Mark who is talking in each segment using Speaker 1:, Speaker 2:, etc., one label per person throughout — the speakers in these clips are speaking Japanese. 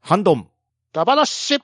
Speaker 1: ハンドン。
Speaker 2: ダバラッシュ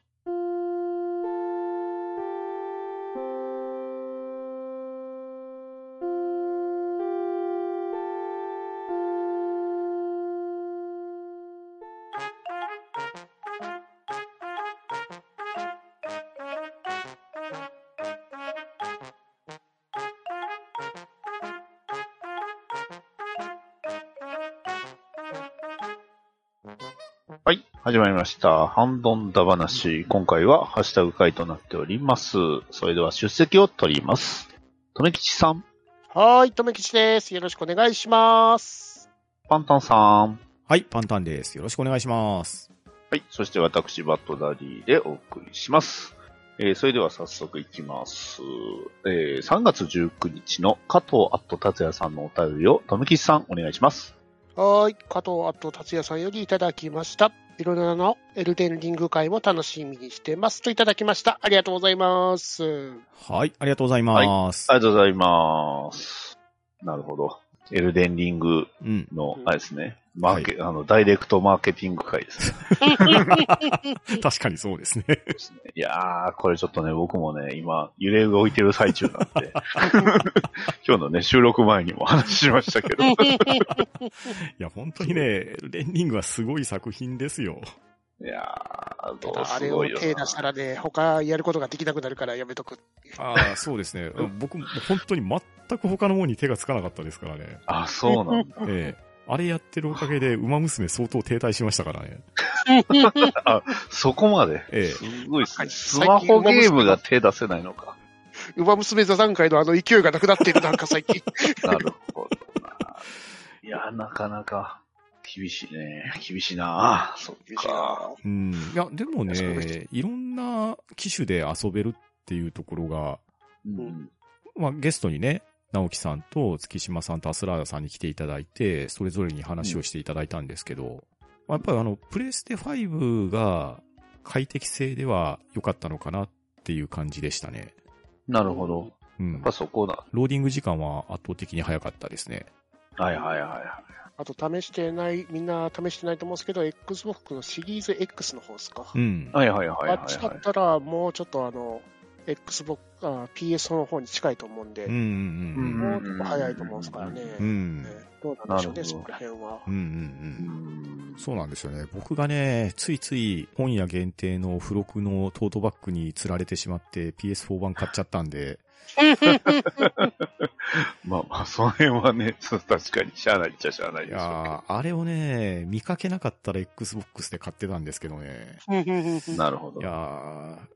Speaker 3: はい。始まりました。ハンドンダ話。今回はハッシュタグ回となっております。それでは出席を取ります。とめきちさん、
Speaker 2: はーい、とめきちです。よろしくお願いします。
Speaker 3: パンタンさん。
Speaker 1: はい、パンタンです。よろしくお願いします。
Speaker 3: はい。そして私、バットダディでお送りします。えー、それでは早速いきます。えー、3月19日の加藤アット達也さんのお便りを、とめきちさん、お願いします。
Speaker 2: はーい、加藤あと達也さんよりいただきました。いろいろのエルデンリング会も楽しみにしてますといただきました。ありがとうございます。
Speaker 1: はい、ありがとうございます。
Speaker 3: ありがとうございます。なるほど。エルデンリング
Speaker 1: うん。
Speaker 3: の、あれですね。マーケ、あの、ダイレクトマーケティング会ですね。
Speaker 1: 確かにそうですね。
Speaker 3: いやー、これちょっとね、僕もね、今、揺れ動いてる最中なん で、今日のね、収録前にも話しましたけど、い
Speaker 1: いや、本当にね、レンディングはすごい作品ですよ。
Speaker 3: やー、ど
Speaker 2: た
Speaker 3: う
Speaker 2: だあ
Speaker 3: す
Speaker 2: れ
Speaker 3: ご
Speaker 2: を
Speaker 3: いよ
Speaker 2: 手出したらね、他やることができなくなるからやめとく。
Speaker 1: ああ、 そうですね。僕も本当に全く他のものに手がつかなかったですからね。
Speaker 3: な。あ、そうなんだ。
Speaker 1: ええあれやってるおかげで、馬娘相当停滞しましたからね。
Speaker 3: そこまで。
Speaker 1: え
Speaker 3: すごいです
Speaker 2: は
Speaker 3: ね。
Speaker 2: い
Speaker 3: スマホゲームが手出せないのか。
Speaker 2: 馬娘座談会のあの勢いがなくなっている、なんか最 近。
Speaker 3: なるほどな。いやー、なかなか、厳しいね。厳しいなそっか。
Speaker 1: えうん。いや、でも
Speaker 2: そうで
Speaker 1: ね、いろんな機種で遊べるっていうところが、
Speaker 3: うん。
Speaker 1: まあ、ゲストにね、直樹さんと月島さんとアスラーダさんに来ていただいて、それぞれに話をしていただいたんですけど、まあやっぱりあの、プレステ5が快適性では良かったのかなっていう感じでしたね。
Speaker 3: なるほど。
Speaker 1: う
Speaker 3: や
Speaker 1: ん
Speaker 3: っぱ。そこだ。
Speaker 1: ローディング時間は圧倒的に早かったですね。
Speaker 3: はいはいは
Speaker 2: あと試してない、みんな試してないと思うんですけど、Xbox のシリーズ X の方ですか。
Speaker 1: うん。
Speaker 3: い。はいはいはいはい
Speaker 2: あっちだ
Speaker 3: は
Speaker 2: っ
Speaker 3: い。
Speaker 2: たら、もうちょっとあの、Xbox、あ PS の方に近いと思うんで、
Speaker 1: うんうんうん
Speaker 2: もうちょっと早いと思うんですからね。
Speaker 1: うん。うん
Speaker 2: えーどうなんでし
Speaker 3: なる
Speaker 2: ょうね、そ
Speaker 3: ほ
Speaker 2: こら辺は。
Speaker 1: うんうんう。
Speaker 3: うんん
Speaker 1: そうなんですよね。僕がね、ついつい本屋限定の付録のトートバッグに釣られてしまって PS4 版買っちゃったんで、
Speaker 3: まあまあ、その辺はね、 そう確かにしゃあないっちゃしゃあない
Speaker 1: い
Speaker 3: ですよ
Speaker 1: やーあれをね、見かけなかったら Xbox で買ってたんですけどね。
Speaker 3: ね。なるほど
Speaker 1: いや。ー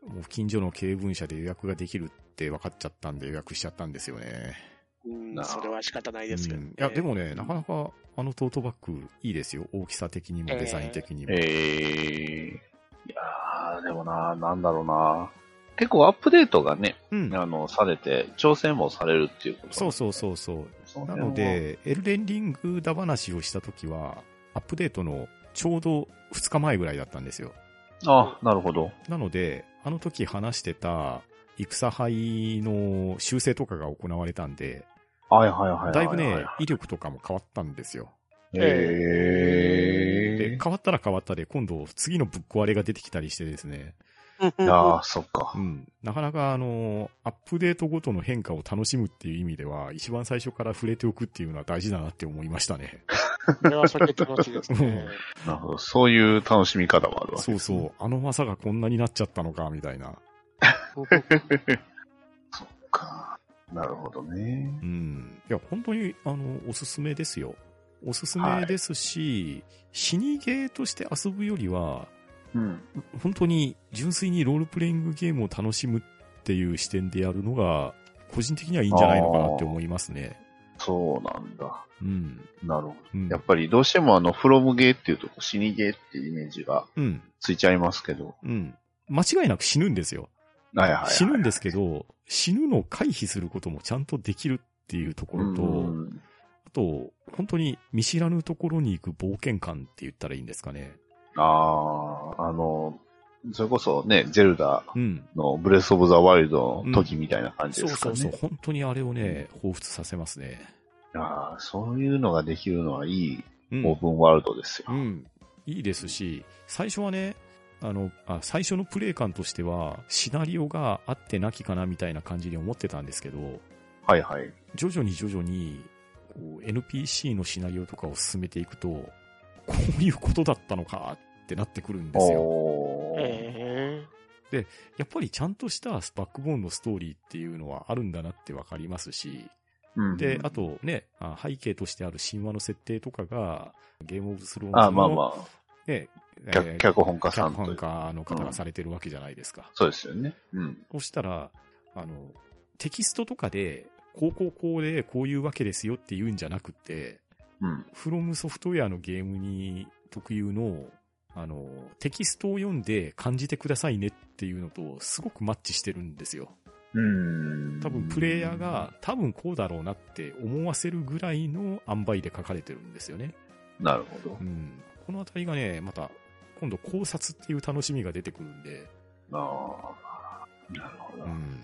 Speaker 1: もう近所の軽文社で予約ができるって分かっちゃったんで予約しちゃったんですよね。
Speaker 2: うんそれは仕方ないですけど、
Speaker 1: うんいや、でもね、なかなかあのトートバッグいいですよ。大きさ的にも
Speaker 2: えー
Speaker 1: デザイン的にも。
Speaker 3: ええいやーでもな、なんだろうな。結構アップデートがね、
Speaker 1: うん。
Speaker 3: あの、されて、挑戦もされるっていうこと、
Speaker 1: そうそうそうそう。
Speaker 3: そ
Speaker 1: な
Speaker 3: 辺は
Speaker 1: の、で、エルデンリングだ話をした時は、アップデートのちょうど2日前ぐらいだったんですよ。
Speaker 3: あ、なるほど。
Speaker 1: なので、あの時話してた、戦杯の修正とかが行われたんで、
Speaker 3: はいはいはいはいはい。
Speaker 1: だいぶね、威力とかも変わったんですよ。
Speaker 3: え
Speaker 1: で、変わったら変わったで、今度、次のぶっ壊れが出てきたりしてですね。
Speaker 3: えいやーそっ
Speaker 1: う
Speaker 3: か。
Speaker 1: ん。なかなか、あの、アップデートごとの変化を楽しむっていう意味では、一番最初から触れておくっていうのは大事だなって思いましたね。
Speaker 2: それはそれで楽しいですね。
Speaker 3: なるほど。 そういう楽しみ方もあるわけ
Speaker 1: そう
Speaker 3: です
Speaker 1: そ
Speaker 3: ね、
Speaker 1: う。あの技がこんなになっちゃったのか、みたいな。
Speaker 3: うか。なるほどね。
Speaker 1: うん。いや、本当に、あの、おすすめですよ。おすすめですし、死にゲーとして遊ぶよりは、
Speaker 3: うん。
Speaker 1: 本当に純粋にロールプレイングゲームを楽しむっていう視点でやるのが、個人的にはいいんじゃないのかなって思いますね。
Speaker 3: そうなんだ。
Speaker 1: うん。
Speaker 3: なるほど。
Speaker 1: うん
Speaker 3: やっぱりどうしてもあの、フロムゲーっていうと、死にゲーっていうイメージが
Speaker 1: うん。
Speaker 3: ついちゃいますけど。
Speaker 1: うん。間違いなく死ぬんですよ。
Speaker 3: はいはい、はい。
Speaker 1: 死ぬんですけど、死ぬのを回避することもちゃんとできるっていうところ
Speaker 3: う
Speaker 1: と、
Speaker 3: ん
Speaker 1: あと、本当に見知らぬところに行く冒険感って言ったらいいんですかね。
Speaker 3: ああ、あの、それこそね、ゼルダ
Speaker 1: うん。
Speaker 3: のブレスオブザワイルドの時みたいな感じ
Speaker 1: そう
Speaker 3: ですか
Speaker 1: そ
Speaker 3: ね。
Speaker 1: うそう。本当にあれをね、彷彿させますね。
Speaker 3: ああ、そういうのができるのはいい
Speaker 1: うん
Speaker 3: オープンワールドですよ。
Speaker 1: うん。いいですし、最初はね、あの、あ最初のプレイ感としては、シナリオがあってなきかなみたいな感じに思ってたんですけど、
Speaker 3: はいはい。
Speaker 1: 徐々に徐々に、こう NPC のシナリオとかを進めていくと、こういうことだったのかってなってくるんですよ。
Speaker 3: おー
Speaker 2: え
Speaker 1: やっぱりちゃんとしたバックボーンのストーリーっていうのはあるんだなってわかりますし、
Speaker 3: うん
Speaker 1: で、あとね、あ背景としてある神話の設定とかが、ゲームオブスローンズの
Speaker 3: あまあまあ、
Speaker 1: ね、え
Speaker 3: 脚
Speaker 1: ー
Speaker 3: 脚本家さ
Speaker 1: 脚
Speaker 3: んと
Speaker 1: 本
Speaker 3: いう。
Speaker 1: 家の方がされてるわけじゃないですか。
Speaker 3: そうですよね。うん。
Speaker 1: そしたら、あの、テキストとかで、こうこうこうでこういうわけですよって言うんじゃなくて、
Speaker 3: うん。
Speaker 1: フロムソフトウェアのゲームに特有の、あの、テキストを読んで感じてくださいねっていうのと、すごくマッチしてるんですよ。
Speaker 3: うん。
Speaker 1: 多分プレイヤーが、多分こうだろうなって思わせるぐらいの塩梅で書かれてるんですよね。
Speaker 3: なるほど
Speaker 1: うん。このあたりがね、また、今度考察っていう楽しみが出てくるんで、。
Speaker 3: ああ。なるほど
Speaker 1: う。ん。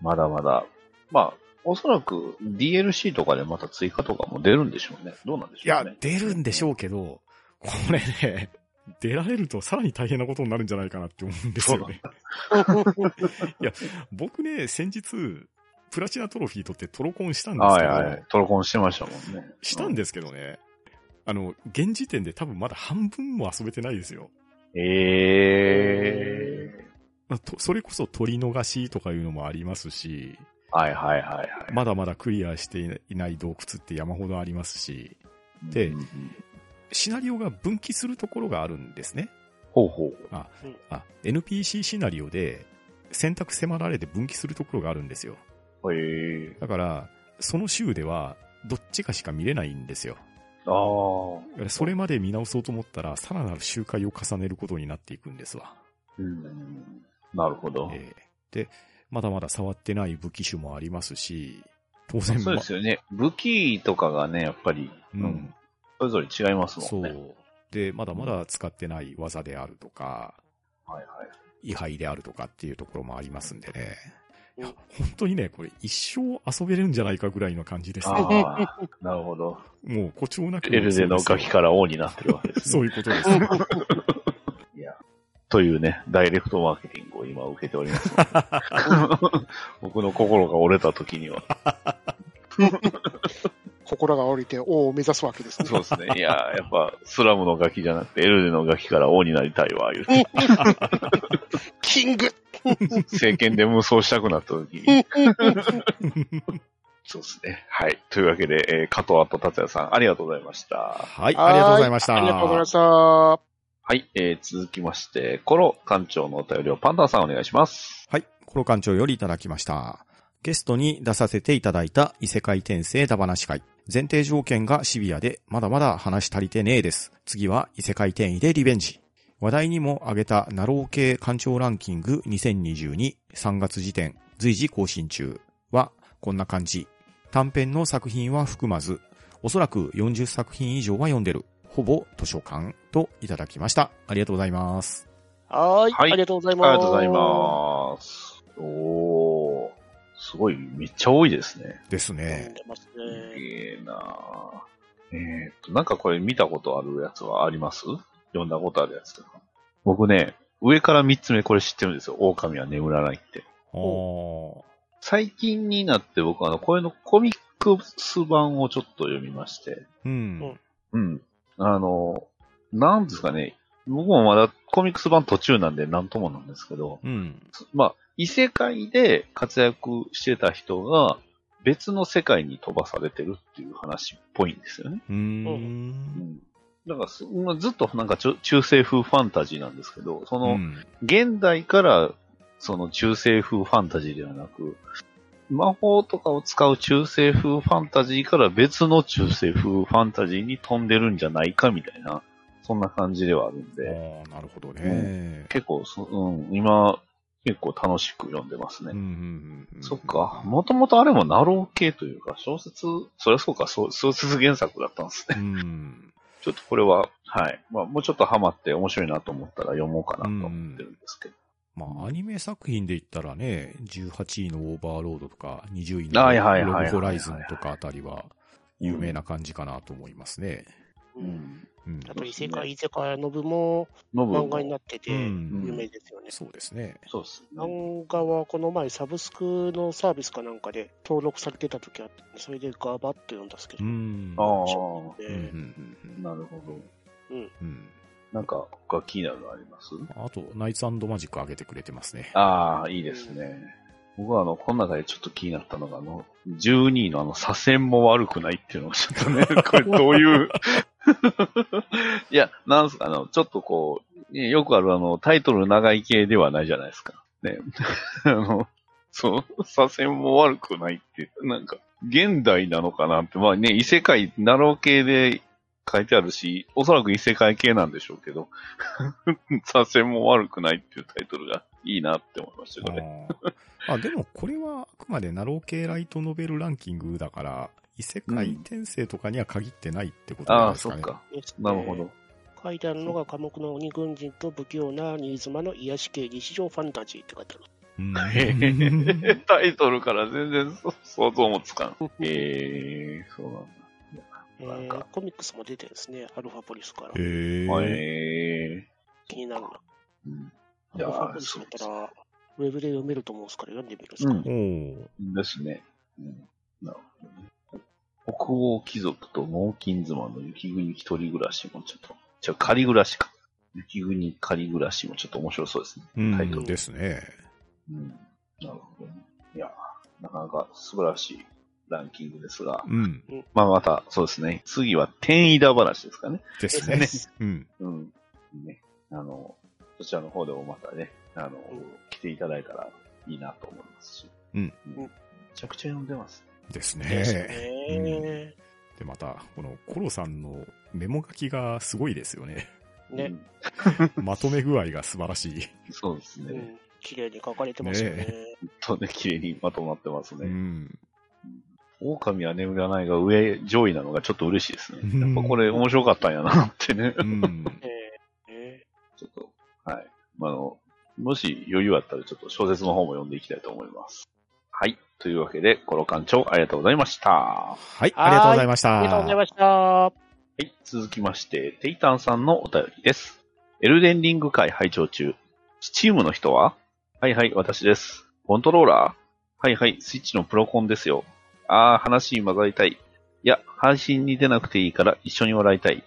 Speaker 3: まだまだ。まあ、おそらく DLC とかでまた追加とかも出るんでしょうね。どうなんでし
Speaker 1: い
Speaker 3: ょう
Speaker 1: や
Speaker 3: ね。、
Speaker 1: 出るんでしょうけど、これね、出られるとさらに大変なことになるんじゃないかなって思うんですよね。いや、僕ね、先日、プラチナトロフィー取ってトロコンしたんです
Speaker 3: は
Speaker 1: け
Speaker 3: い
Speaker 1: ど、
Speaker 3: はい。トロコンしてましたもんね。
Speaker 1: したんですけどね、あの、現時点で多分まだ半分も遊べてないですよ。
Speaker 3: うん。ええ
Speaker 1: まあとそれこそ取り逃しとかいうのもありますし、
Speaker 3: はいはいはいはい。
Speaker 1: まだまだクリアしていないいない洞窟って山ほどありますし、で
Speaker 3: うんうん
Speaker 1: シナリオが分岐するところがあるんですね。
Speaker 3: ほうほう。
Speaker 1: あ、NPC シナリオで選択迫られて分岐するところがあるんですよ。
Speaker 3: へえ
Speaker 1: だから、その週ではどっちかしか見れないんですよ。
Speaker 3: ああ。
Speaker 1: だからそれまで見直そうと思ったら、さらなる周回を重ねることになっていくんですわ。
Speaker 3: うん。なるほど。
Speaker 1: ええで、まだまだ触ってない武器種もありますし、当然、
Speaker 3: そうですよね。武器とかがね、やっぱり、
Speaker 1: まうん、
Speaker 3: それぞれ違います
Speaker 1: そ
Speaker 3: もんね。
Speaker 1: う。で、まだまだ使ってない技であるとか、
Speaker 3: はいはい。
Speaker 1: 位牌であるとかっていうところもありますんでね。いや
Speaker 2: うん
Speaker 1: 本当にね、これ一生遊べるんじゃないかぐらいの感じですね。
Speaker 3: あ あ、なるほど。
Speaker 1: もう誇張なく。
Speaker 3: エルゼのガキから王になってるわけです、
Speaker 1: そ
Speaker 3: ね。
Speaker 1: ういうことです。
Speaker 3: というね、ダイレクトマーケティングを今受けておりますので。 僕の心が折れた時には。
Speaker 2: 心が折れて王を目指すわけですね。
Speaker 3: そうですね。いや、やっぱ、スラムのガキじゃなくて、エルゼのガキから王になりたいわ、言うて。
Speaker 2: キング
Speaker 3: 政権で無双したくなった時に。そうですね。はい。というわけで、えー加藤あと達也さん、ありがとうございました。
Speaker 1: はい、ありがとうございました。
Speaker 2: ありがとうございました。
Speaker 3: はい、えー、続きまして、コロ館長のお便りをパンダさんお願いします。
Speaker 1: はい、コロ館長よりいただきました。ゲストに出させていただいた異世界転生ダバナシ会。前提条件がシビアで、まだまだ話足りてねえです。次は異世界転移でリベンジ。話題にも挙げたナロー系館長ランキング20223月時点、随時更新中はこんな感じ。短編の作品は含まず、おそらく40作品以上は読んでる。ほぼ図書館といただきました。ありがとうございます。
Speaker 2: はーい,、
Speaker 3: はい
Speaker 2: ありがとうござい
Speaker 3: あ
Speaker 2: ま
Speaker 3: り
Speaker 2: す。
Speaker 3: がとうございます。おー、すごい、めっちゃ多いですね。
Speaker 1: です
Speaker 2: 読ん
Speaker 1: ね。
Speaker 2: でます
Speaker 3: す
Speaker 2: ね。
Speaker 3: げえなーえーっと、なんかこれ見たことあるやつはあります読んだことあるやつとか。僕ね、上から3つ目これ知ってるんですよ。狼は眠らないって。
Speaker 1: あー
Speaker 3: 最近になって僕はあの、これのコミックス版をちょっと読みまして。
Speaker 1: うん。
Speaker 3: うん。あの、なんですかね、僕もまだコミックス版途中なんでなんともなんですけど、
Speaker 1: うん。
Speaker 3: まあ、異世界で活躍してた人が別の世界に飛ばされてるっていう話っぽいんですよね。
Speaker 1: うー。
Speaker 3: うんん。だからす、まあずっとなんかちょ中世風ファンタジーなんですけど、そ
Speaker 1: う
Speaker 3: の、
Speaker 1: ん
Speaker 3: 現代からその中世風ファンタジーではなく、魔法とかを使う中世風ファンタジーから別の中世風ファンタジーに飛んでるんじゃないかみたいな、そんな感じではあるん
Speaker 1: あ
Speaker 3: で、
Speaker 1: あ、なるほどね。
Speaker 3: 結構そ、うん、今、結構楽しく読んでます
Speaker 1: う
Speaker 3: ね。
Speaker 1: んうんうんうん
Speaker 3: そっか。もともとあれもナロー系というか、小説、そりゃそうか、そう小説原作だったんですね。
Speaker 1: うん。
Speaker 3: ちょっとこれは、はい。まあ、もうちょっとハマって面白いなと思ったら読もうかなと思ってるんですけど。
Speaker 1: まあ、アニメ作品で言ったらね、18位のオーバーロードとか、20位
Speaker 3: はいはいはい
Speaker 1: のロ
Speaker 3: はいはい
Speaker 1: グホライズンとかあたりは有名な感じかなと思いますね。
Speaker 2: う
Speaker 3: うんん。
Speaker 1: うん。
Speaker 2: あと、異世界、異世界の部も
Speaker 3: ノブ
Speaker 2: 漫画に
Speaker 3: も、
Speaker 2: なってて、
Speaker 1: う
Speaker 2: 有
Speaker 1: ん
Speaker 2: 名ですよね。
Speaker 1: そうですね。
Speaker 3: そうですね。
Speaker 2: 漫画はこの前、サブスクのサービスかなんかで登録されてた時あって、それでガバッと読んだんですけど、
Speaker 1: う
Speaker 2: う
Speaker 1: ん。
Speaker 2: ん
Speaker 3: ああ、
Speaker 1: うんうんうん
Speaker 3: なるほど。
Speaker 1: うん。
Speaker 3: なんか、他気になるのあります
Speaker 1: あと、ナイツマジック上げてくれてますね。
Speaker 3: ああ、いいですね。僕はあの、この中でちょっと気になったのが、あの、12位のあの、左遷も悪くないっていうのがちょっ とね、これどういう、いや、なんすか、あの、ちょっとこう、ねよくあるあの、タイトル長い系ではないじゃないですか。ね。 あの、そう、左遷も悪くないって、なんか、現代なのかなって、まあね、異世界、ナロー系で書いてあるし、おそらく異世界系なんでしょうけど、 左遷も悪くないっていうタイトルがいいなって思いましたけどね。
Speaker 1: あーあでもこれはあくまでナロー系ライトノベルランキングだから、異世界転生とかには限ってないってこと
Speaker 3: あ
Speaker 1: なん
Speaker 3: あ、
Speaker 1: です
Speaker 3: そ
Speaker 1: か
Speaker 3: っ
Speaker 1: ね。
Speaker 3: か。
Speaker 2: ですね
Speaker 3: なるほど。。
Speaker 2: 書いてあるのが、寡黙な鬼軍人と不器用な新妻の癒し系日常ファンタジーって書いてある。
Speaker 1: うん
Speaker 3: タイトルから全然そ想像もつかん。ええー、そうなんだ。
Speaker 2: え
Speaker 3: なん
Speaker 2: ー
Speaker 3: か、
Speaker 2: コミックスも出てるんですね、アルファポリスから。
Speaker 1: へ
Speaker 3: まあ
Speaker 1: え。
Speaker 3: え
Speaker 2: 気になるな。
Speaker 3: ーうん
Speaker 2: ア
Speaker 3: いやー
Speaker 2: ルファポリスだったら、ウェブで読めると思うんですから、読んでみるんです
Speaker 3: う
Speaker 2: か、
Speaker 3: ん
Speaker 1: おー
Speaker 3: ですね。うん、なるほどね。北欧貴族と猛禽妻の雪国一人暮らしもちょっと、じゃ仮暮らしか。雪国仮暮らしもちょっと面白そうですね。
Speaker 1: うん
Speaker 3: タイトル。
Speaker 1: ですね。
Speaker 3: うん。なるほどね。いや、なかなか素晴らしいランキングですが、
Speaker 1: うん。
Speaker 3: まあまた、そうですね。次は、天井田話ですかね。
Speaker 1: です
Speaker 3: ね
Speaker 1: ね。うん。
Speaker 3: うん。ね。あの、そちらの方でもまたね、あの、
Speaker 2: ん
Speaker 3: 来ていただいたらいいなと思いますし。
Speaker 1: うん。
Speaker 3: めちゃくちゃ読んでます。
Speaker 1: です
Speaker 2: です
Speaker 1: ね。
Speaker 2: ね。
Speaker 1: で、また、このコロさんのメモ書きがすごいですよね。
Speaker 2: ね
Speaker 3: う、ん
Speaker 1: まとめ具合が素晴らしい。
Speaker 3: そうです
Speaker 2: う
Speaker 3: ね。
Speaker 2: ん綺麗に書かれてますよね。
Speaker 3: ほんとね、綺麗にまとまってます
Speaker 1: う
Speaker 3: ね。
Speaker 1: ん。
Speaker 3: 狼は眠らないが上、上位なのがちょっと嬉しいですね。
Speaker 1: うん
Speaker 3: やっぱこれ面白かったんやなっ てね。
Speaker 1: うん。
Speaker 2: ええ
Speaker 3: ちょっと、はい。まああの、もし余裕あったらちょっと小説の方も読んでいきたいと思います。はい。というわけで、コロ館長ありがとうございました。
Speaker 1: はい、ありがとうございました。
Speaker 2: ありがとうございました。
Speaker 3: はい、続きまして、テイタンさんのお便りです。エルデンリング会拝聴中。スチームの人ははいはい、私です。コントローラーはいはい、スイッチのプロコンですよ。あー、話に混ざりたい。いや、配信に出なくていいから一緒に笑いたい。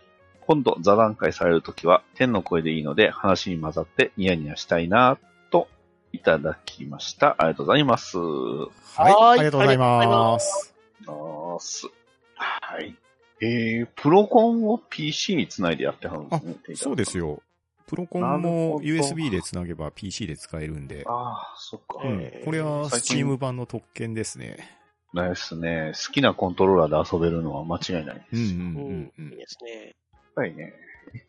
Speaker 3: 今度座談会されるときは天の声でいいので話に混ざってニヤニヤしたいなといただきました。ありがとうございます。
Speaker 1: はい、あ
Speaker 2: はい
Speaker 1: りがとうございます。
Speaker 3: あーす。はい。えー、プロコンを PC につないでやってはるんですね。テイタンさん
Speaker 1: そうです。よ。プロコ
Speaker 3: な
Speaker 1: ン
Speaker 3: るほ
Speaker 1: も
Speaker 3: ど
Speaker 1: USB でつなげば PC で使えるんで、
Speaker 3: ああ、そっか。
Speaker 1: う
Speaker 2: え
Speaker 1: ん
Speaker 2: え、
Speaker 1: これは
Speaker 3: 最近
Speaker 1: Steam 版の特権ですね。
Speaker 3: ないですね。好きなコントローラーで遊べるのは間違いないで
Speaker 1: う
Speaker 3: す。
Speaker 1: ん
Speaker 3: やっ
Speaker 1: う
Speaker 2: うんん、
Speaker 1: うんう
Speaker 2: いい
Speaker 1: ん。
Speaker 2: ですね。
Speaker 3: ぱりね、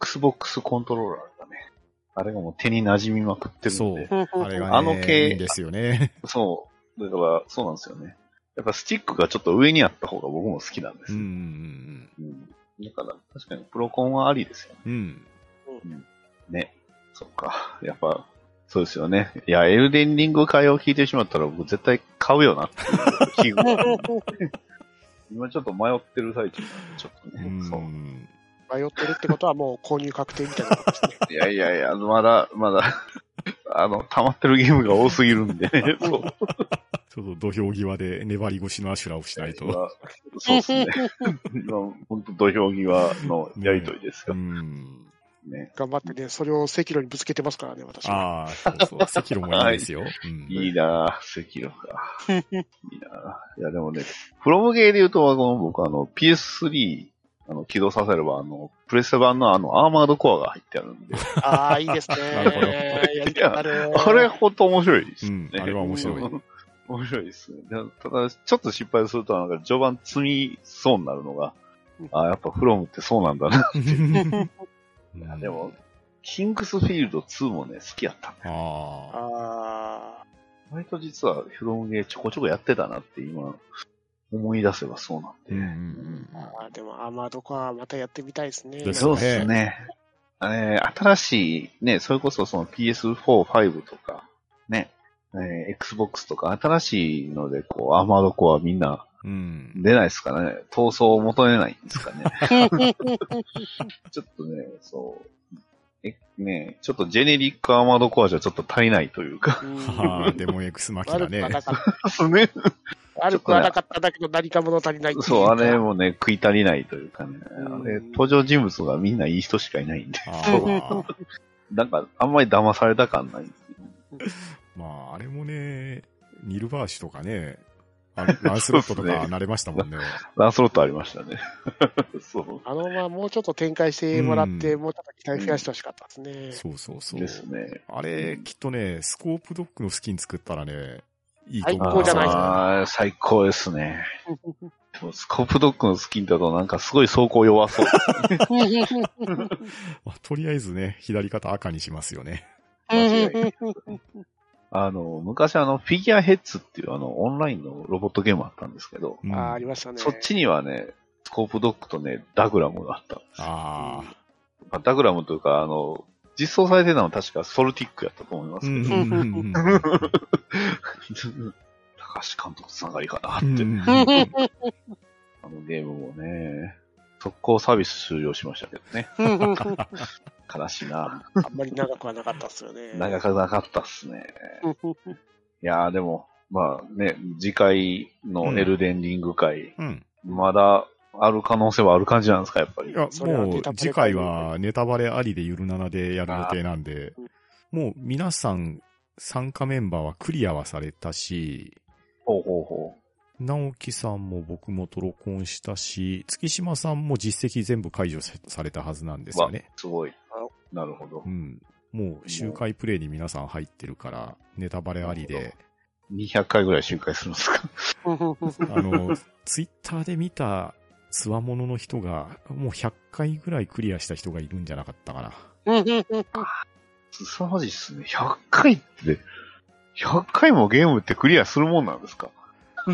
Speaker 3: Xbox コントローラーだね。あれがもう手に馴染みまくってるんで。
Speaker 1: そあれがね、
Speaker 3: あの系
Speaker 1: いいんですよ ね。
Speaker 3: そう。だから、そうなんですよね。やっぱスティックがちょっと上にあった方が僕も好きなんで
Speaker 1: う
Speaker 3: す。
Speaker 1: んうん
Speaker 3: うんだから、確かにプロコンはありですよね。
Speaker 1: うんうん。
Speaker 3: ね。そっか。やっぱ、そうですよね。いや、エルデンリング会を聞いてしまったら僕絶対買うよなっ ていう気分今ちょっと迷ってる最中なんで、ちょっと
Speaker 1: う
Speaker 3: ね。
Speaker 1: ん。
Speaker 3: そう。
Speaker 2: 迷ってるってことはもう購入確定みたいなことですね。
Speaker 3: いやいやいや、まだ、まだ、あの、溜まってるゲームが多すぎ るんでね。そう
Speaker 1: ちょっと土俵際で粘り腰のアシュラをしないと。
Speaker 3: 今そうですね。 今、本当土俵際のやりとりです
Speaker 1: う
Speaker 3: よ
Speaker 1: ん。
Speaker 3: ね。
Speaker 2: 頑張ってね、それを赤炉にぶつけてますからね、私
Speaker 1: あ
Speaker 2: は。
Speaker 1: あ、そうそう。赤色もいいんですよ。うん
Speaker 3: いいなぁ、赤色か。いいなぁ。いや、でもね、プロムゲーで言うと、この僕、あの、PS3、あの、起動させれば、あの、プレステ版のあの、アーマードコアが入ってあるんで、
Speaker 2: ああ、いいですね。
Speaker 1: なるほど
Speaker 2: やりたくなる。
Speaker 3: あれほんと面白いですね。
Speaker 1: うんあれは面白い。
Speaker 3: 面白いですね。でただ、ちょっと失敗すると、なんか序盤積みそうになるのが、あやっぱフロムってそうなんだな。 いやでも、、キングスフィールド2もね、好きやった。
Speaker 1: ああ。
Speaker 2: あ
Speaker 3: 割と実はフロムゲーちょこちょこやってたなって今、思い出せばそうなん
Speaker 1: う
Speaker 3: で。
Speaker 1: んうん
Speaker 2: ーあー、でもアーマードコアまたやってみたいですね。
Speaker 1: です
Speaker 3: そう
Speaker 1: よ
Speaker 3: ですね。えー新しい、ね、それこそその PS4、5とか、ね、えー Xbox とか、新しいので、こう、アーマードコアみんな
Speaker 1: うん。
Speaker 3: 出ないですかね。闘争を求めないんです かね。ちょっとね、そう。え、ねちょっとジェネリックアーマードコアじゃちょっと足りないというか。
Speaker 1: はあ、デモン X 巻きだ
Speaker 2: 悪く
Speaker 1: ね。
Speaker 2: はなかった。
Speaker 3: そうね。
Speaker 2: 悪くはなかっただけど何か物足りないっていか
Speaker 3: そう、あれ。もね、食い足りないというかね。
Speaker 2: うん
Speaker 3: あれ、登場人物がみんないい人しかいないんで。
Speaker 1: あ
Speaker 2: そ
Speaker 1: あ、
Speaker 3: なんか、あんまり騙された感ない。
Speaker 1: まあ、あれもね、ニルバーシュとかね、あ のランスロットと
Speaker 3: そうっ
Speaker 1: か
Speaker 3: すね
Speaker 1: 慣れましたもん ね。
Speaker 3: ランスロットありましたね。そ。
Speaker 2: あの、まあ、もうちょっと展開してもらって、
Speaker 1: う
Speaker 2: もうちょっと期待増やしてほしかったですね。
Speaker 1: そうそうそうう。
Speaker 3: ですね。
Speaker 1: あれ、きっとね、スコープドッグのスキン作ったらね、いいと思う。
Speaker 2: 最高じゃないですか
Speaker 3: あー最高ですね。でもスコープドッグのスキンだとなんかすごい走行弱 そう。
Speaker 1: まあとりあえずね、左肩赤にしますよね。
Speaker 3: 間違いないあの、昔あの、フィギュアヘッズっていうあの、オンラインのロボットゲームあったんですけど、
Speaker 1: うん
Speaker 2: ああ、ありましたね。
Speaker 3: そっちにはね、スコープドッグとね、ダグラムがあった。
Speaker 1: あ
Speaker 3: まあ、ダグラムというか、あの、実装されてたのは確かソルティックやったと思いま
Speaker 1: あ。う
Speaker 3: す
Speaker 1: ん
Speaker 3: け
Speaker 1: う
Speaker 3: ど、
Speaker 1: んうんうん。
Speaker 3: 高橋監督つながりかなっ
Speaker 1: う
Speaker 3: て、
Speaker 1: んうん
Speaker 3: あのゲームもね、速攻サービス終了しましたけどね、
Speaker 2: あ
Speaker 3: 悲しいな。
Speaker 2: んまり長くはなかったですよね。
Speaker 3: 長くなかったっすね。いやーでも、まあね、次回のエルデンリング会、
Speaker 1: うん。
Speaker 3: まだある可能性はある感じなんですか、やっぱり
Speaker 1: い。や、
Speaker 2: それは
Speaker 1: も
Speaker 2: ネ
Speaker 1: う
Speaker 2: タバレ
Speaker 1: 次回はネタバレありでゆるななでやる予定なんで
Speaker 2: あー、
Speaker 1: もう皆さん参加メンバーはクリアはされたし、
Speaker 3: ほうほうほ
Speaker 1: 直樹さんも僕もトロコンしたし、月島さんも実績全部解除さされたはずなんですよね。
Speaker 3: う。すごい。なるほど
Speaker 1: う。ん。もう周回プレイに皆さん入ってるから、ネタバレあり
Speaker 3: なる
Speaker 1: で、
Speaker 3: 200回ぐらい周回するんですか。
Speaker 1: あの、ツイッターで見たつわものの人が、もう100回ぐらいクリアした人がいるんじゃなかったかな。
Speaker 3: 凄まじいっすね。100回って、100回もゲームってクリアするもんなんですか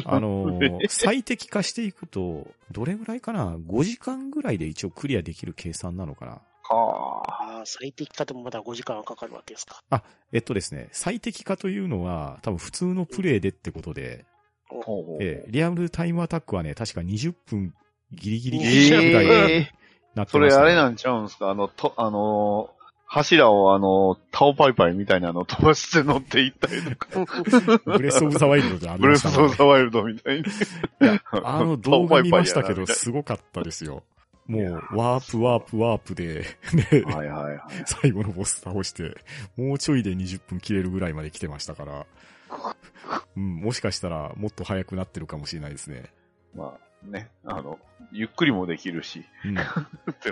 Speaker 1: あのー、最適化していくと、どれぐらいかな ?5 時間ぐらいで一応クリアできる計算なのかな
Speaker 3: はあ。
Speaker 2: ああ、最適化でもまだ5時間はかかるわけですか。
Speaker 1: えっとですね、最適化というのは、多分普通のプレイでってことで、
Speaker 3: ほうほう
Speaker 1: えーリアルタイムアタックはね、確か20分ギリギリ
Speaker 2: え
Speaker 1: ギリぐらいに
Speaker 3: え
Speaker 1: なって
Speaker 3: そ
Speaker 1: ま
Speaker 3: れ
Speaker 1: した、
Speaker 3: あ
Speaker 1: ね
Speaker 3: れなんちゃうんですかあの、と、あのー柱をあの、タオパイパイみたいなの飛ばして乗っていったりとか、
Speaker 1: ブレスオブザワイルドであり
Speaker 3: ブレ
Speaker 1: ま
Speaker 3: ス
Speaker 1: した
Speaker 3: オブ
Speaker 1: ね。
Speaker 3: ザワイルドみ たいに。
Speaker 1: あの動画見ましたけ
Speaker 3: タオ
Speaker 1: ど、
Speaker 3: パイ
Speaker 1: すごかったですよ。も
Speaker 3: いうや、
Speaker 1: ワープワープワープで、
Speaker 3: パイやなはいはいはい。
Speaker 1: 最後のボス倒して、もうちょいで20分切れるぐらいまで来てましたから、うん、もしかしたらもっと早くなってるかもしれないですね。
Speaker 3: まあね、あの、ゆっくりもできるし、
Speaker 1: うん、
Speaker 3: で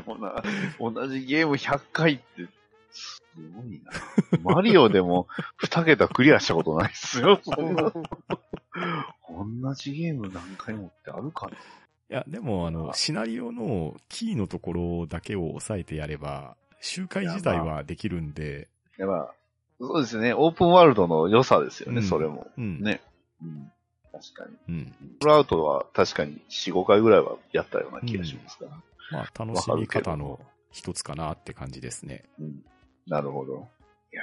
Speaker 3: もな、同じゲーム100回って、すごいな。マリオでも2桁クリアしたことないっすよ。そんな同じゲーム何回もってあるかない
Speaker 1: や、でも、あの、シナリオのキーのところだけを押さえてやれば、周回自体はできるんで、
Speaker 3: やばそうですね、オープンワールドの良さですよね、
Speaker 1: うん
Speaker 3: それも。
Speaker 1: うん。
Speaker 3: ね。うん。確かに。
Speaker 1: うん。
Speaker 3: フルアウトは確かに4、5回ぐらいはやったような気がしますから。
Speaker 1: まあ、楽しみ方の一つかなって感じですね。
Speaker 3: うん。なるほど。いや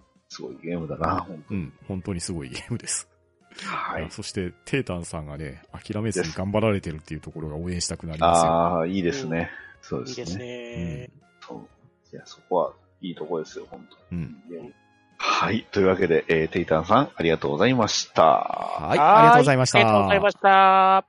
Speaker 3: ーすごいゲームだな、本当
Speaker 1: う
Speaker 3: に。
Speaker 1: ん。本当にすごいゲームです。
Speaker 3: はい
Speaker 1: あ。そして、テータンさんがね、諦めずに頑張られてるっていうところが応援したくなりますよ。
Speaker 3: ああ、いいですね。そうで
Speaker 2: いい
Speaker 3: す
Speaker 2: で
Speaker 3: ね。
Speaker 2: す
Speaker 1: うん。。
Speaker 2: ね
Speaker 3: そう。いや、そこはいいとこですよ、本当に。
Speaker 1: うん。
Speaker 3: はい。というわけで、えーテイタンさん、ありがとうございました。
Speaker 1: はい、ありがとうございました。
Speaker 2: ありがとうございました。
Speaker 3: は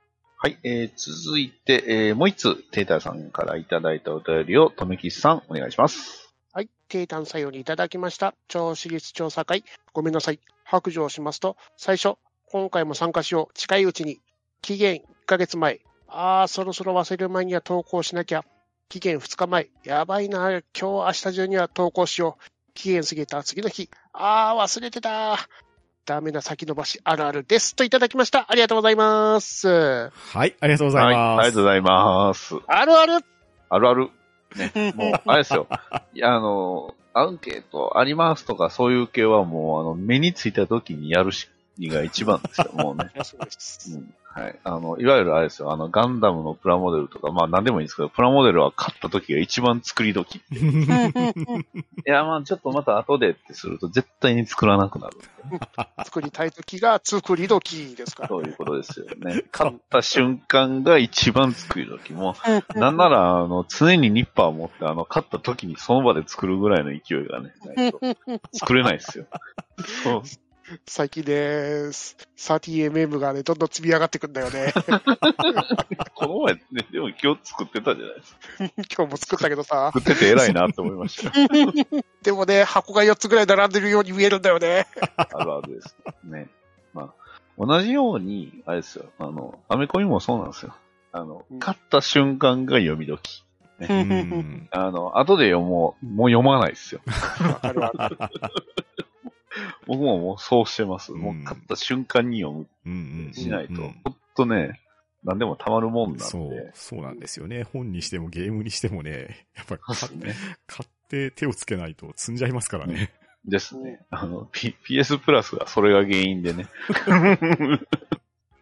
Speaker 3: い。えー続いて、えーもう一つ、テイタンさんからいただいたお便りを、とめきさん、お願いします。
Speaker 2: はい。低炭採用にいただきました。超私立調査会。ごめんなさい。白状しますと、最初、今回も参加しよう。近いうちに。期限1ヶ月前。あー、そろそろ忘れる前には投稿しなきゃ。期限2日前。やばいな。今日、明日中には投稿しよう。期限過ぎた次の日。あー、忘れてた。ダメな先延ばしあるあるです。といただきました。ありがとうございます。あ
Speaker 1: はい、ありがとうございま
Speaker 3: は
Speaker 1: す。
Speaker 3: ありがとうございます。
Speaker 2: るある。
Speaker 3: あるある。ね、もう、あれですよ。いや、あの、アンケートありますとか、そういう系はもう、あの、目についた時にやるし、 2が一番ですよ、もうね。
Speaker 2: やそうで
Speaker 3: う
Speaker 2: す。
Speaker 3: んはい。あの、いわゆるあれですよ、あの、ガンダムのプラモデルとか、まあ何でもいいんですけど、プラモデルは買った時が一番作り時。いや、まあちょっとまた後でってすると絶対に作らなくなる。
Speaker 2: 作りたい時が作り時ですから。
Speaker 3: そういうことですよね。 買った瞬間が一番作り時。もう、 なんなら、あの、常にニッパー持って、あの、買った時にその場で作るぐらいの勢いがね、ないと作れないですよ。そう。
Speaker 2: 最近です。30mm がね、どんどん積み上がってくんだよね。
Speaker 3: この前ね、でも今日作ってたじゃないですか。
Speaker 2: 今日も作ったけどさ。
Speaker 3: 作ってて偉いなって思いました。
Speaker 2: でもね、箱が4つぐらい並んでるように見えるんだよね。
Speaker 3: あるあるです。ね。 まあ、同じように、あれですよ、あの、アメコミもそうなんですよ。あの
Speaker 2: う、ん
Speaker 3: 買った瞬間が読み時。
Speaker 1: うん。
Speaker 3: あの、後で読もう、もう読まないで すよ。
Speaker 2: わかるわかる。
Speaker 3: 僕ももうそうしてます。
Speaker 1: うん
Speaker 3: もう買った瞬間に読む、
Speaker 1: うんうん。
Speaker 3: しないと、
Speaker 1: う
Speaker 3: ほ
Speaker 1: ん
Speaker 3: んとね、何でもたまるもんなんで。
Speaker 1: そう、そうなんですよね。本にしてもゲームにしてもね、やっぱり
Speaker 3: で
Speaker 1: 買
Speaker 3: す
Speaker 1: っ
Speaker 3: ね。
Speaker 1: 買って手をつけないと積んじゃいますからね。
Speaker 3: ですね。あの、P、PS プラスがそれが原因 でね。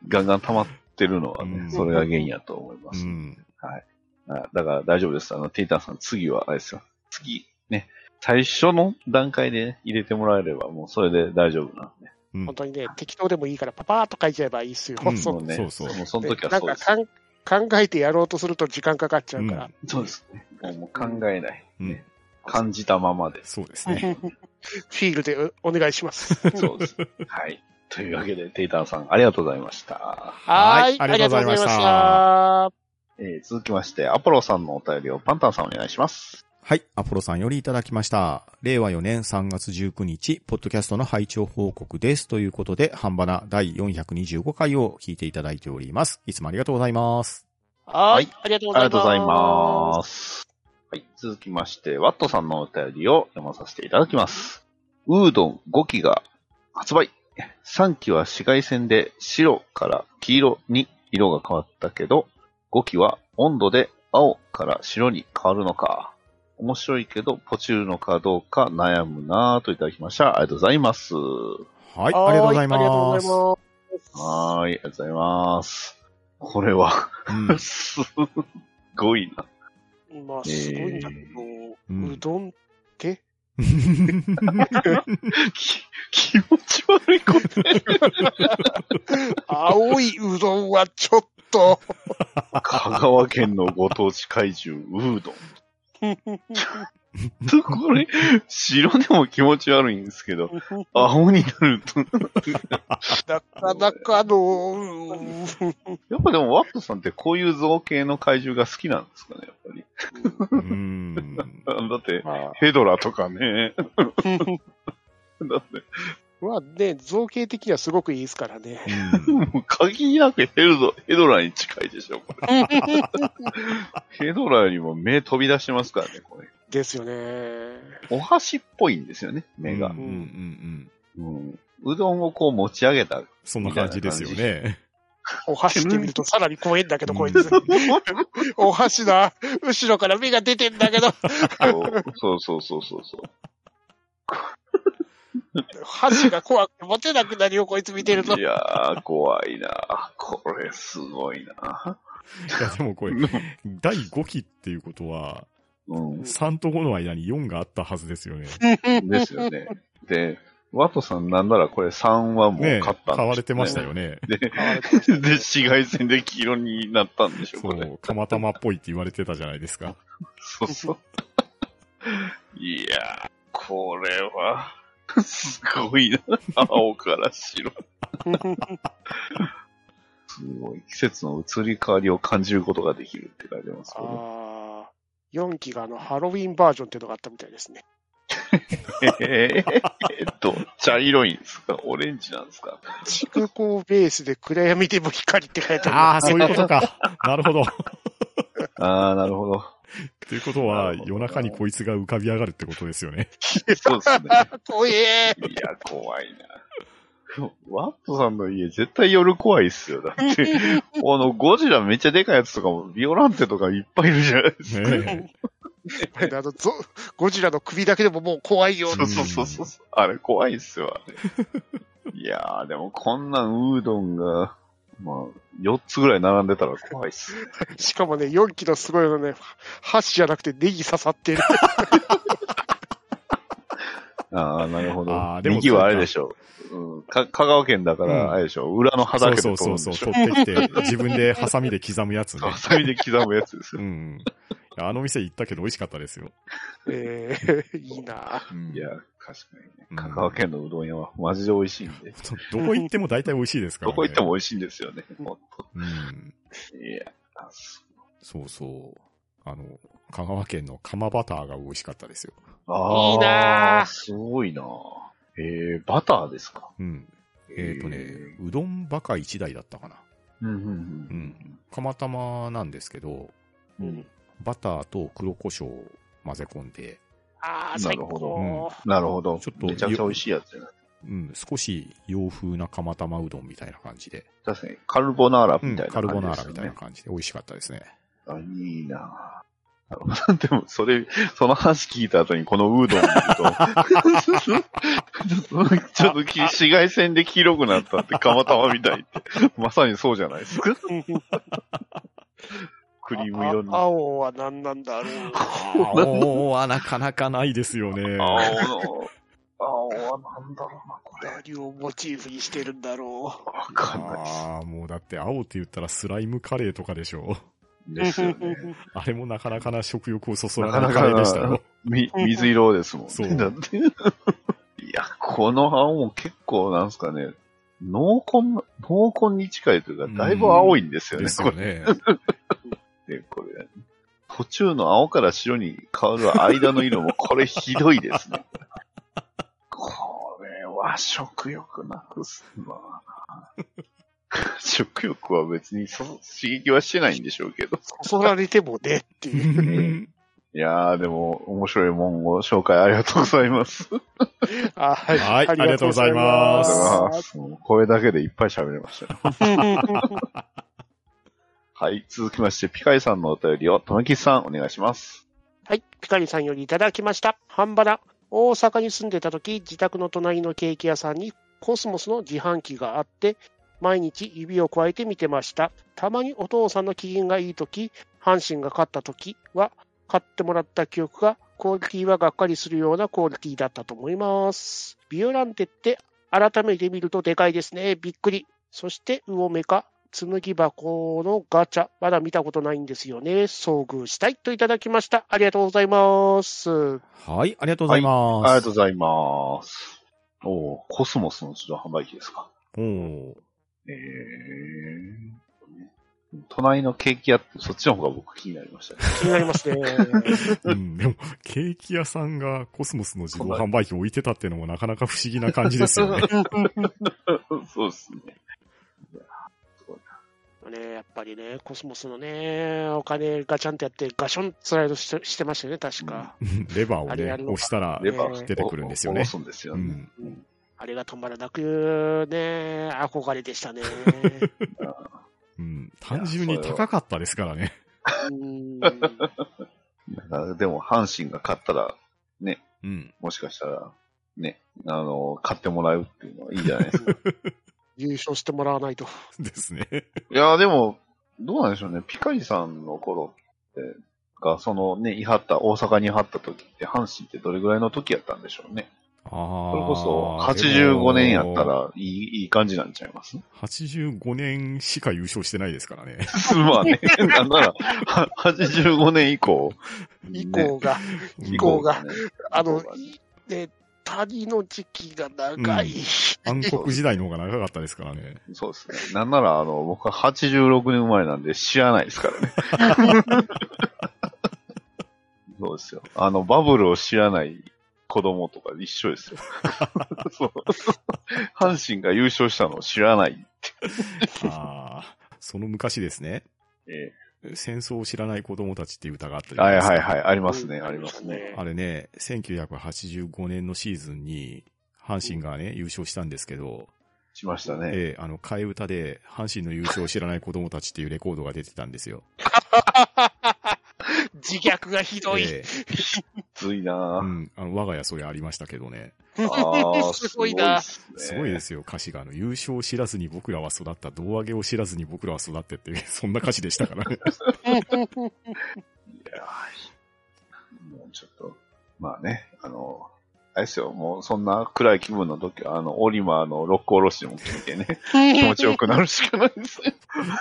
Speaker 3: ガンガン溜まってるのはね、
Speaker 1: うん
Speaker 3: それが原因やと思いま
Speaker 1: う
Speaker 3: す。
Speaker 1: ん。
Speaker 3: あだから大丈夫です。あの、テイタンさん、次は、あれですよ。次、ね。最初の段階でね、入れてもらえれば、もうそれで大丈夫なんで。
Speaker 1: うん
Speaker 2: 本当にね、適当でもいいからパパーっと書いちゃえばいいっすよ。
Speaker 1: うん
Speaker 2: そう
Speaker 3: もね、
Speaker 1: そうそう
Speaker 3: もうその時は
Speaker 2: なん
Speaker 3: そう
Speaker 2: か
Speaker 3: です。
Speaker 2: かん考えてやろうとすると時間かかっちゃうから。
Speaker 3: そうですね。もうもう考えない。
Speaker 1: うん。
Speaker 3: ね感じたままで
Speaker 1: そうですね。
Speaker 2: フィールでお願いし ます。
Speaker 3: そうです。はい。というわけで、テイタンさん、ありがとうございました。
Speaker 1: は
Speaker 2: はいい、
Speaker 1: あ
Speaker 2: あ
Speaker 1: り
Speaker 2: り
Speaker 1: が
Speaker 2: が
Speaker 1: とう
Speaker 2: とう
Speaker 1: ご
Speaker 2: ご
Speaker 1: ざ
Speaker 2: ざ
Speaker 1: い
Speaker 2: い
Speaker 1: ました
Speaker 2: ました。
Speaker 3: えー続きまして、アポロさんのお便りをパンタンさんお願いします。
Speaker 1: はい。アポロさんよりいただきました。令和4年3月19日、ポッドキャストの拝聴報告です。ということで、半ばな第425回を聞いていただいております。いつもありがとうございます。
Speaker 2: はい
Speaker 3: は、
Speaker 2: ありがとうご
Speaker 3: あり
Speaker 2: ざ
Speaker 3: が
Speaker 2: い
Speaker 3: とうござい
Speaker 2: ま
Speaker 3: ます。はい、続きまして、ワットさんのお便りを読まさせていただきます。ウードン5機が発売。3機は紫外線で白から黄色に色が変わったけど、5機は温度で青から白に変わるのか。面白いけど、ポチるのかどうか悩むなぁといただきました。ありがとうございます。
Speaker 1: はい。
Speaker 2: す。
Speaker 1: ありがとうござい
Speaker 2: はありがとう
Speaker 1: ま
Speaker 2: ご
Speaker 1: す。
Speaker 2: ざいます。
Speaker 3: はーい、ありがとうございます。これは、
Speaker 1: うん
Speaker 3: すごいな。
Speaker 2: まあ、すごいんだけど、
Speaker 1: うん
Speaker 2: うどんって、
Speaker 3: き気持ち悪いこと
Speaker 2: 青いうどんはちょっと、
Speaker 3: 香川県のご当地怪獣、ウードン。これ、白でも気持ち悪いんですけど、青になると。
Speaker 2: なかなかの、うん
Speaker 3: やっぱでも、ワットさんってこういう造形の怪獣が好きなんですかね、やっぱり。
Speaker 1: うん。
Speaker 3: だって、
Speaker 2: まあ
Speaker 3: ヘドラとかね。だって、
Speaker 2: まあね、造形的にはすごくいいですから ね。
Speaker 1: うん
Speaker 3: もう限りなくヘドラヘドラに近いでしょ、これ。ヘドラよりも目飛び出してますからね、これ。
Speaker 2: ですよね。
Speaker 3: お箸っぽいんですよね、目
Speaker 1: う
Speaker 3: が
Speaker 1: んうんう。ん。
Speaker 3: うんうどんをこう持ち上げた
Speaker 1: そんな感じですよね。
Speaker 2: お箸って見るとさらに怖いんだけど、
Speaker 1: うん
Speaker 2: こ いつ。お箸だ。後ろから目が出てんだけど、
Speaker 3: そうそうそうそうそう。
Speaker 2: 箸が怖くて持てなくなるよ、こいつ見て ると
Speaker 3: い。やー、怖いなこれ、すごい ない
Speaker 1: や、でもこれ、第5期っていうことは、
Speaker 3: うん。
Speaker 1: 3と5の間に4があったはずですよね。
Speaker 3: ですよね。で、ワトさんなんならこれ3はもう
Speaker 1: ね
Speaker 3: 買ったんですよ、
Speaker 1: 買われてましたよね。
Speaker 3: で、紫外線で黄色になったんでしょ、
Speaker 1: そ
Speaker 3: これ
Speaker 1: う、。釜玉っぽいって言われてたじゃないですか。
Speaker 3: そうそう。いやー、これは、すごいな。青から白。すごい。季節の移り変わりを感じることができるって書いてますけど。
Speaker 2: あー4期があのハロウィンバージョンっていうのがあったみたいですね。
Speaker 3: えーえっと、茶色いんですかオレンジなんですか
Speaker 2: 蓄光ベースで暗闇でも光って書 いて
Speaker 1: あ
Speaker 2: あ
Speaker 1: あ、そういうことか。 なるほど。
Speaker 3: ああ、なるほど。
Speaker 1: ということ
Speaker 3: な
Speaker 1: は、
Speaker 3: るほど
Speaker 1: 夜中にこいつが浮かび上がるってことですよね。
Speaker 3: そうですね。
Speaker 2: る。怖え
Speaker 3: いや、怖いな。ワットさんの家絶対夜怖いっすよ。だって、あの、ゴジラめっちゃでかいやつとかも、ビオランテとかいっぱいいるじゃないですか。
Speaker 1: ね
Speaker 2: これねあのゾゴジラの首だけでももう怖いよ。
Speaker 3: そうそうそうそう。あれ怖いっすよ、あれ。いやー、でもこんなんうどんが、まあ、4つぐらい並んでたら怖いっす。
Speaker 2: しかもね、4キロすごいのね、箸じゃなくてネギ刺さってる。
Speaker 3: ああ、なるほど
Speaker 1: あー。でも
Speaker 3: 右はあれでしょう。うん、か香川県だか
Speaker 1: うん
Speaker 3: ら、あれでしょ、裏
Speaker 1: そ
Speaker 3: の畑
Speaker 1: う
Speaker 3: で
Speaker 1: そ
Speaker 3: 取
Speaker 1: う
Speaker 3: るん
Speaker 1: そ
Speaker 3: で
Speaker 1: う
Speaker 3: し
Speaker 1: そう、
Speaker 3: ょ。
Speaker 1: 取ってきて、自分でハサミで刻むやつね
Speaker 3: ハ。サミで刻むやつです
Speaker 1: う
Speaker 3: よ。
Speaker 1: ん。いやあの店行ったけど美味しかったですよ。
Speaker 2: えー、いいなぁ
Speaker 1: うん
Speaker 3: いや、確かにね
Speaker 1: う。ん
Speaker 3: 香川県のうどん屋はマジで美味しいんで。
Speaker 1: どこ行っても大体美味しいですから
Speaker 3: ど
Speaker 1: ね。
Speaker 3: こ行っても美味しいんですよね。ほんと
Speaker 1: うん。
Speaker 3: いや、す
Speaker 1: そうそう。あの、香川県の釜バターが美味しかったですよ。
Speaker 3: あー
Speaker 2: いいなあ
Speaker 3: すごいなあえー、バターですか
Speaker 1: うん。えっ、とね、うどんバカ一台だったかな。
Speaker 3: うん、うん、
Speaker 1: うん。釜玉なんですけど、
Speaker 3: うん。
Speaker 2: うん
Speaker 1: バターと黒胡椒を混ぜ込んで、
Speaker 2: あー、
Speaker 3: な
Speaker 2: 最
Speaker 3: るほど
Speaker 2: 高。
Speaker 3: なるほど。
Speaker 1: ちょっと
Speaker 3: めちゃくちゃ美味しいやつやな。
Speaker 1: うん、少し洋風な釜玉うどんみたいな感じで、
Speaker 3: 確かに、カルボナーラ
Speaker 1: うん
Speaker 3: みたいな
Speaker 1: カルボナー
Speaker 3: 感じ
Speaker 1: ラ
Speaker 3: ですよね。
Speaker 1: みたいな感じで美味しかったですね。
Speaker 3: あ、いいなぁ でも、それ、その話聞いた後にこのうどん見る と、ちょっとき紫外線で黄色くなったって、かまたまみたいって。まさにそうじゃない ですか。クリーム色に
Speaker 2: あ
Speaker 3: なっ
Speaker 2: 青は何なんだろう。
Speaker 1: あおはなかなかないですよね
Speaker 3: た。青の、青はなんだろうな、これ。
Speaker 2: 何をモチーフにしてるんだろ
Speaker 3: わかんないです。
Speaker 1: ああ、もうだって青って言ったらスライムカレーとかでし ょ。
Speaker 2: う。
Speaker 3: ですよね。
Speaker 1: あれもなかなかな食欲をそそらないカレーでした
Speaker 3: なかな
Speaker 1: よ。
Speaker 3: み、水色ですもんね。
Speaker 1: そう
Speaker 3: だって。いや、この青も結構なんですかね、濃紺な、濃紺に近いというか、だいぶ青いんですよね、
Speaker 1: です
Speaker 3: こ
Speaker 1: よ
Speaker 3: れ
Speaker 1: ね。
Speaker 3: ねこれ。途中の青から白に変わる間の色も、これひどいですね。これは食欲なくすな。食欲は別にそ刺激はしてないんでしょうけど。
Speaker 2: そそられてもねっ ていう。
Speaker 3: いやー、でも、面白いもんを紹介ありがとうございます。
Speaker 2: あは
Speaker 1: はいありがとうございま
Speaker 3: あり
Speaker 1: す
Speaker 3: がとうございます。もうこれだけでいっぱい喋れましたね。はい。続きまして、ピカイさんのお便りを、とめきさん、お願いします。
Speaker 2: はい、ピカリさんよりいただきました。半ばな。大阪に住んでた時、自宅の隣のケーキ屋さんにコスモスの自販機があって、毎日指を加えて見てました。たまにお父さんの機嫌がいい時、阪神が勝った時は、買ってもらった記憶が、クオリティはがっかりするようなクオリティだったと思います。ビオランテって、改めて見るとでかいですね。びっくり。そして、ウオメカ、紡ぎ箱のガチャ、まだ見たことないんですよね。遭遇したいといただきました。ありがとうございます。
Speaker 1: はい、ありがとうござい
Speaker 3: あ
Speaker 1: ま
Speaker 3: り
Speaker 1: す。
Speaker 3: がとうございます。おーコスモスの自動販売機ですか。
Speaker 1: おー
Speaker 3: えー。隣のケーキ屋って、そっちの方が僕気になりましたね。
Speaker 2: 気になります ね。
Speaker 1: うん、でも、ケーキ屋さんがコスモスの自動販売機置いてたっていうのもなかなか不思議な感じですよね。
Speaker 3: そうですね。
Speaker 2: ねやっぱりね、コスモスのね、お金ガチャンってやって、ガションスライドしてしてましたよね、確か。
Speaker 1: レバーを
Speaker 2: あれ
Speaker 1: ね
Speaker 2: あ、れ
Speaker 1: 押したら、
Speaker 3: レバー
Speaker 1: 出てくるんですよね
Speaker 3: お下ろすんですよ
Speaker 1: う
Speaker 3: ね。
Speaker 1: ん、
Speaker 2: あれが止まらなく、ね、憧れでしたね。
Speaker 1: うん、単純に高かったですからね。
Speaker 2: うん
Speaker 3: だからでも、阪神が勝ったら、
Speaker 1: うん。
Speaker 3: もしかしたら、ね、あの、買ってもらうっていうのはいいんじゃないですか。
Speaker 2: 優勝してもらわないと。
Speaker 1: です ね。
Speaker 3: いやーでも、どうなんでしょうね。ピカリさんの頃って、が、そのね、いはった、大阪にいはった時って、阪神ってどれぐらいの時やったんでしょうね。
Speaker 1: ああ
Speaker 3: それこそ、85年やった。ら、いい、いい感じなんちゃいます
Speaker 1: 85年しか優勝してないですからね。
Speaker 3: まあね、なんなら、は85年以降。
Speaker 2: 以降が、
Speaker 1: うん
Speaker 2: 以降が、
Speaker 3: ね
Speaker 2: あの
Speaker 3: 以降がね、
Speaker 2: ね、谷の時期が長い。
Speaker 1: 暗黒時代の方が長かったですからね。
Speaker 3: そうですね。なんなら、あの、僕は86年生まれなんで知らないですからね。 そうですよ。あの、バブルを知らない子供とか一緒で すよ。そう阪神が優勝したのを知らない。
Speaker 1: ああ、その昔ですね。
Speaker 3: え
Speaker 1: 戦争を知らない子供たちっていう歌があった
Speaker 3: えはいはい
Speaker 1: い。
Speaker 3: はい。ありますね、ありますね。
Speaker 1: あれね、1985年のシーズンに、阪神がね、優勝したんですけど、
Speaker 3: しましたね。
Speaker 1: ええ、あの、替え歌で、 阪神の優勝を知らない子供たちっていうレコードが出てたんですよ。
Speaker 2: 自虐がひどい。
Speaker 1: ええ
Speaker 3: ついな
Speaker 1: う
Speaker 3: ぁ
Speaker 1: ん、あの我が家それありましたけどね。
Speaker 3: あー
Speaker 2: すごいな
Speaker 3: すごいっ
Speaker 1: すごい
Speaker 3: すね。
Speaker 1: ですよ、歌詞が。あの、優勝を知らずに僕らは育った、胴上げを知らずに僕らは育ってっていう、 そんな歌詞でしたから ね。
Speaker 3: いやーもうちょっと、まあね、あの、あれですよ、もうそんな暗い気分の時は、あの、オリマーのロックおろしでも聞いて ね、気持ちよくなるしかないですね。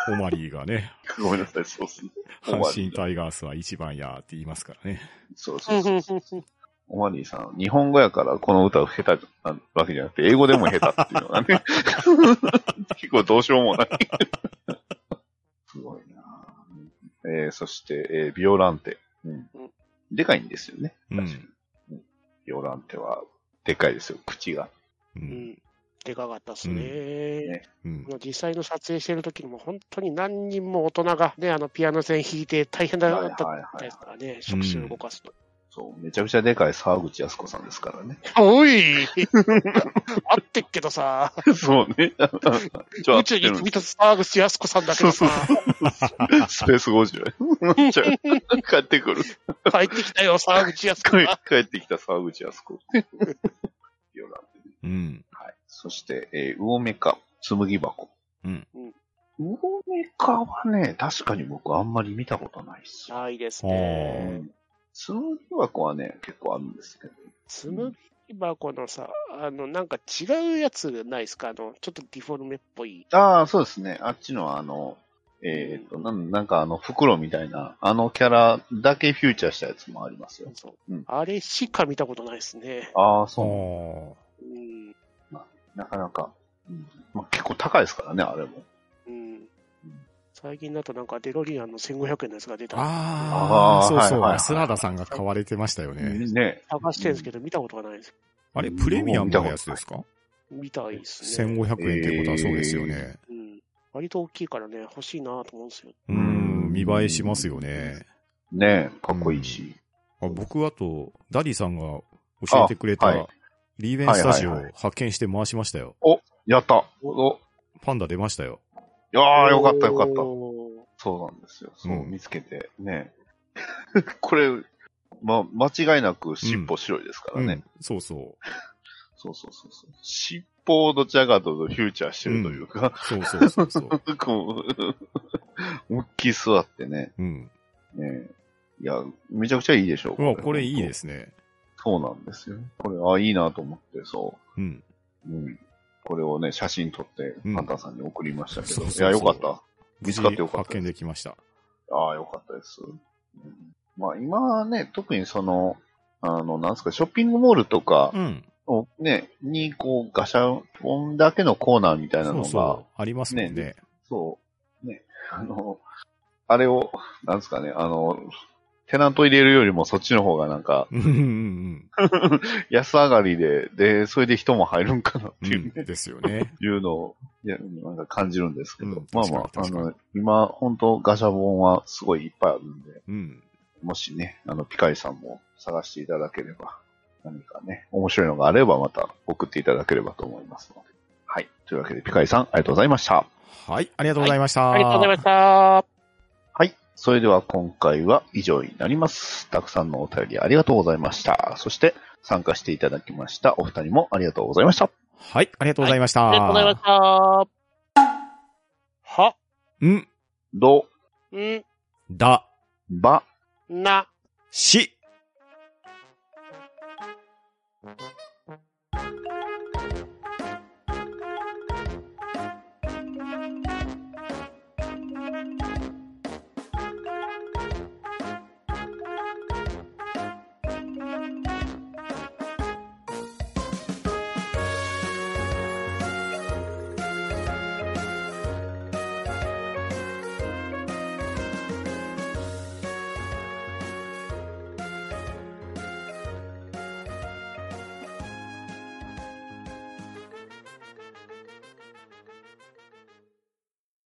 Speaker 1: オマリーがね、
Speaker 3: ごめんなさい、そうっすね。
Speaker 1: 阪神タイガースは一番やーって言いますからね。
Speaker 3: そうそうそう。
Speaker 2: う
Speaker 3: オマリーさん、日本語やからこの歌を下手なわけじゃなくて、英語でも下手っていうのがね、 結構どうしようもない。すごいなぁえー、そして、えービオランテ。うん
Speaker 2: うん。
Speaker 3: でかいんですよね。
Speaker 1: うん
Speaker 3: 確かに。うんビオランテは、でかいですよ、口が。
Speaker 1: うん。
Speaker 2: んでかかったっす
Speaker 3: うん
Speaker 2: ね。
Speaker 1: うん。
Speaker 2: 実際の撮影してる時にも本当に何人も大人がね、あのピアノ線弾いて大変だ
Speaker 3: はい
Speaker 2: っ
Speaker 3: はい
Speaker 2: た
Speaker 3: はいはい
Speaker 2: ですからね、触手を動かすと。
Speaker 3: そう、めちゃくちゃでかい沢口靖子さんですからね。
Speaker 2: おい合ってっけどさ、
Speaker 3: そうね。ちょ
Speaker 2: 宇
Speaker 3: っと
Speaker 2: 宙に飛び立つ沢口靖子さんだけどさ、
Speaker 3: スペース50。めっちゃ帰ってくる。
Speaker 2: 帰ってきたよ、沢口靖子
Speaker 3: 帰
Speaker 2: が。
Speaker 3: 帰ってきた沢口靖子。ビオランテ。
Speaker 1: うん。
Speaker 3: はい。そして、えー、魚メカ、紬箱。
Speaker 1: うん。
Speaker 3: 魚メカはね、確かに僕あんまり見たことないっす。
Speaker 2: ないです
Speaker 3: う
Speaker 1: あ
Speaker 2: ね。
Speaker 3: ん紬箱はね、結構あるんですけど。
Speaker 2: つむぎ箱のさ、あの、なんか違うやつないですかあの、ちょっとディフォルメっぽい。
Speaker 3: ああ、そうですね。あっちのあの、えーっと、なんなんかあの、袋みたいな、あのキャラだけフューチャーしたやつもありますよ。
Speaker 2: そう
Speaker 3: うん
Speaker 2: あれしか見たことないですね。
Speaker 3: ああ、
Speaker 1: あ
Speaker 3: そ
Speaker 1: ー
Speaker 2: うん。
Speaker 3: う。なかなか。うんまあ、結構高いですからね、あれも。
Speaker 2: うん。最近だとなんかデロリアンの1500円のやつが出た。
Speaker 1: あー、
Speaker 3: あー
Speaker 1: そうそう。
Speaker 3: はいはいはい
Speaker 1: スラーダさんが買われてましたよね。
Speaker 3: ね。
Speaker 2: 探してるんですけど、見たことがないです。
Speaker 1: あれ、プレミアムのやつですか
Speaker 2: 見たいですね。
Speaker 1: 1500円ってことはそうですよね。
Speaker 2: うん。割と大きいからね、欲しいなと思うんですよ。
Speaker 1: うーん、見栄えしますよね。
Speaker 3: ねかっこいいし。
Speaker 1: あ僕、あと、ダディさんが教えてくれ
Speaker 3: あはい
Speaker 1: た、リーベンスタジオ
Speaker 3: はいはいは
Speaker 1: 発見して回しましたよ。
Speaker 3: やったお
Speaker 1: パンダ出ましたよ。
Speaker 3: いやー、よかったよかった。
Speaker 2: た。
Speaker 3: そうなんですよ。そう、
Speaker 1: うん
Speaker 3: 見つけて。ね これ、ま、間違いなく尻尾白いですからね。
Speaker 1: うん、そうそう。
Speaker 3: そうそうそうそう。尻尾をどちらかというとフューチャーしてるというか、
Speaker 1: そうそうそうそう。
Speaker 3: こう、思いっきり座ってね。
Speaker 1: うん。
Speaker 3: ねいや、めちゃくちゃいいでしょ。
Speaker 1: うわ、これいいですすね。
Speaker 3: そうなんですよ。これ、あ、いいなと思って、そ
Speaker 1: うん。
Speaker 3: う。うん。これをね、写真撮って、
Speaker 1: うん
Speaker 3: パンタさんに送りましたけど。
Speaker 1: そうそうそう
Speaker 3: いや、よかった。見つかってよかった
Speaker 1: 発見できました。
Speaker 3: ああ、よかったです。うんまあ今はね、特にその、あの、なんですか、ショッピングモールとか
Speaker 1: うん。
Speaker 3: をね、にこうガシャポンだけのコーナーみたいなの
Speaker 1: そ
Speaker 3: が、
Speaker 1: う
Speaker 3: そう
Speaker 1: そう。ありますもんね
Speaker 3: ね。 ね、あの、あれを、なんですかね、あの、テナント入れるよりもそっちの方がなんか
Speaker 1: うんうんうん
Speaker 3: 安上がりで、で、それで人も入るんかなっ
Speaker 1: う
Speaker 3: ていうね
Speaker 1: ん。うん。ですよね。
Speaker 3: いうのを、いや、なんか感じるんですけど、
Speaker 1: うん
Speaker 3: まあまあ、あ
Speaker 1: 確かに確かに
Speaker 3: の、今、本当ガシャボンはすごいいっぱいあるんで、
Speaker 1: うん。
Speaker 3: もしね、あの、ピカリさんも探していただければ、何かね、面白いのがあればまた送っていただければと思いますので。はい。というわけで、ピカリさん、ありがとうございました。
Speaker 1: はい、ありがとうございました。
Speaker 2: ありがとうございま
Speaker 1: し
Speaker 2: した。
Speaker 3: はい。それでは今回は以上になります。たくさんのお便りありがとうございました。そして、参加していただきましたお二人もありがとうございました。
Speaker 1: た。はい、ありがとうございました。
Speaker 2: ありがとうございました。は、
Speaker 1: ん、
Speaker 3: ど、
Speaker 2: ん、
Speaker 1: だ、
Speaker 3: ば、
Speaker 2: な、
Speaker 1: し。